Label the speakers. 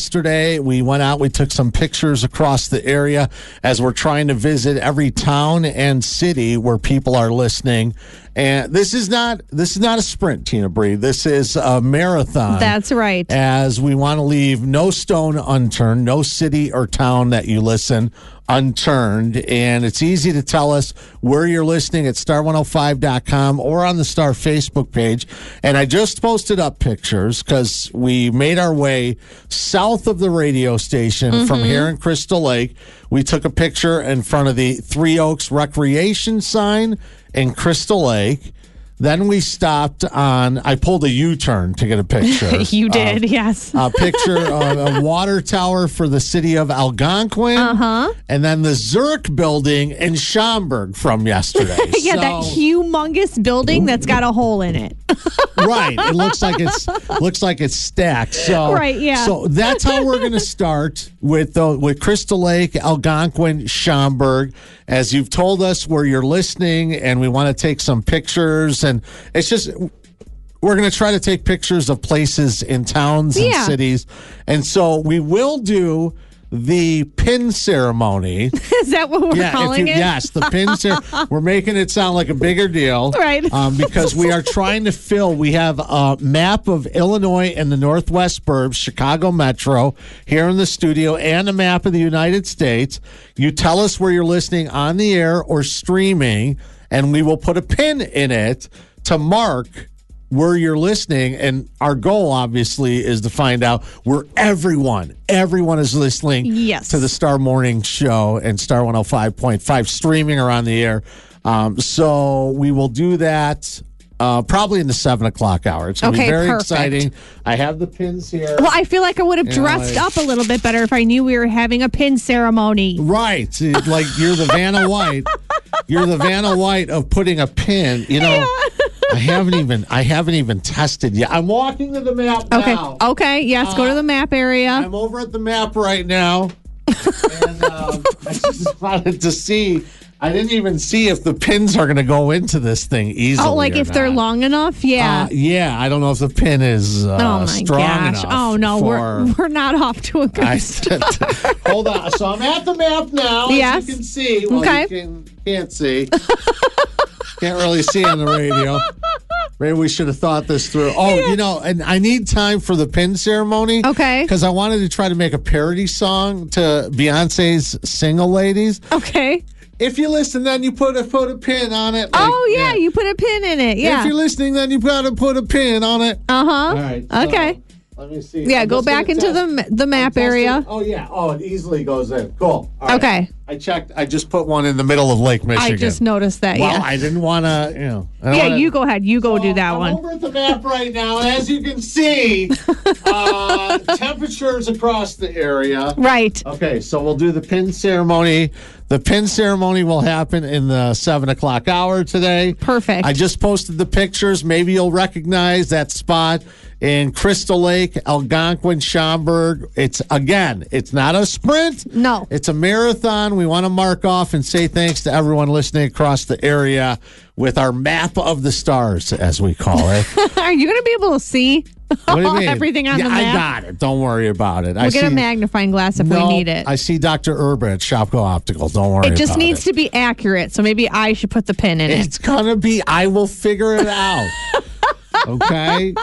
Speaker 1: yesterday we went out, we took some pictures across the area as we're trying to visit every town and city where people are listening. And this is not this is not a sprint, Tina Bree. This is a marathon.
Speaker 2: That's right.
Speaker 1: As we want to leave no stone unturned, no city or town that you listen unturned. And it's easy to tell us where you're listening at star105.com or on the Star Facebook page. And I just posted up pictures because we made our way south of the radio station from
Speaker 2: Mm-hmm.
Speaker 1: here in Crystal Lake. We took a picture in front of the Three Oaks Recreation sign in Crystal Lake. Then we stopped on, I pulled a U turn to get a picture.
Speaker 2: You did, yes.
Speaker 1: a picture of a water tower for the city of Algonquin, uh-huh. and then the Zurich building in Schaumburg from yesterday.
Speaker 2: yeah, that
Speaker 1: So-
Speaker 2: humongous building that's got a hole in it.
Speaker 1: right. It looks like it's looks like it's stacked. So
Speaker 2: Right, yeah.
Speaker 1: So that's how we're going to start with the with Crystal Lake, Algonquin, Schaumburg. As you've told us where you're listening, and we want to take some pictures, and it's just. We're going to try to take pictures of places in towns and
Speaker 2: Yeah.
Speaker 1: cities. And so we will do the pin ceremony.
Speaker 2: Is that what we're
Speaker 1: if
Speaker 2: calling
Speaker 1: you-
Speaker 2: it?
Speaker 1: Yes, the pins here. We're making it sound like a bigger deal,
Speaker 2: Right.
Speaker 1: Um, because we are trying to fill. We have a map of Illinois and the Northwest Burbs, Chicago Metro, here in the studio, and a map of the United States. You tell us where you're listening on the air or streaming, and we will put a pin in it to mark. Where you're listening, and our goal obviously is to find out where everyone, everyone is listening
Speaker 2: Yes.
Speaker 1: to the Star Morning Show and Star 105.5 streaming or on the air. Um, so we will do that uh, probably in the seven o'clock hour. It's going to
Speaker 2: Okay,
Speaker 1: be very
Speaker 2: perfect.
Speaker 1: exciting. I have the pins here.
Speaker 2: Well, I feel like I would have
Speaker 1: Yeah,
Speaker 2: dressed
Speaker 1: like-
Speaker 2: up a little bit better if I knew we were having a pin ceremony.
Speaker 1: Right. It- Like you're the Vanna White. You're the Vanna White of putting a pin. You know, I haven't even I haven't even tested yet. I'm walking to the map
Speaker 2: Okay.
Speaker 1: now.
Speaker 2: Okay. Yes. go to the map area.
Speaker 1: I'm over at the map right now, and um, I just wanted to see. I didn't even see if the pins are going to go into this thing easily.
Speaker 2: Oh, like
Speaker 1: or
Speaker 2: if they're
Speaker 1: not.
Speaker 2: long enough. Yeah.
Speaker 1: Uh, yeah, I don't know if the pin is uh,
Speaker 2: oh my
Speaker 1: strong
Speaker 2: gosh.
Speaker 1: enough.
Speaker 2: Oh no,
Speaker 1: for-
Speaker 2: we're we're not off to a good
Speaker 1: I,
Speaker 2: start.
Speaker 1: hold on. So I'm at the map now.
Speaker 2: Yes.
Speaker 1: As you can see. Well,
Speaker 2: Okay.
Speaker 1: you can, can't see. can't really see on the radio. Maybe we should have thought this through. Oh, you know, and I need time for the pin ceremony.
Speaker 2: Okay.
Speaker 1: Because I wanted to try to make a parody song to Beyonce's "Single Ladies."
Speaker 2: Okay.
Speaker 1: If you listen, then you put a put a pin on it. like-
Speaker 2: Oh yeah, you put a pin in it.
Speaker 1: If
Speaker 2: Yeah.
Speaker 1: you're listening, then you gotta put a pin on it.
Speaker 2: Uh huh.
Speaker 1: All right. so,
Speaker 2: Okay.
Speaker 1: let me see.
Speaker 2: Yeah.
Speaker 1: I'm
Speaker 2: Go
Speaker 1: just gonna
Speaker 2: back into
Speaker 1: test-
Speaker 2: the ma- the map
Speaker 1: test it.
Speaker 2: area.
Speaker 1: Oh yeah. Oh, it easily goes in. Cool. All right.
Speaker 2: Okay.
Speaker 1: I checked. I just put one in the middle of Lake Michigan.
Speaker 2: I just noticed that.
Speaker 1: Well,
Speaker 2: yeah.
Speaker 1: I didn't want to. You know. I don't
Speaker 2: yeah.
Speaker 1: wanna-
Speaker 2: You go ahead. You go do that
Speaker 1: I'm
Speaker 2: one.
Speaker 1: over at the map right now, and as you can see, uh, temperatures across the area.
Speaker 2: Right.
Speaker 1: Okay, so we'll do the pin ceremony. The pin ceremony will happen in the seven o'clock hour today.
Speaker 2: Perfect.
Speaker 1: I just posted the pictures. Maybe you'll recognize that spot in Crystal Lake, Algonquin, Schaumburg. It's again, it's not a sprint.
Speaker 2: No.
Speaker 1: It's a marathon. We want to mark off and say thanks to everyone listening across the area with our map of the stars, as we call it.
Speaker 2: Are you going to be able to see?
Speaker 1: What do you mean?
Speaker 2: Everything on
Speaker 1: yeah,
Speaker 2: the map?
Speaker 1: I got it. Don't worry about it. I
Speaker 2: We'll get a
Speaker 1: see-
Speaker 2: magnifying glass if we need it.
Speaker 1: I see Dr. Urban at Shopko Optical. Don't worry.
Speaker 2: it just
Speaker 1: about
Speaker 2: needs to be accurate. So maybe I should put the pin in it.
Speaker 1: It's gonna be. I will figure it out. okay.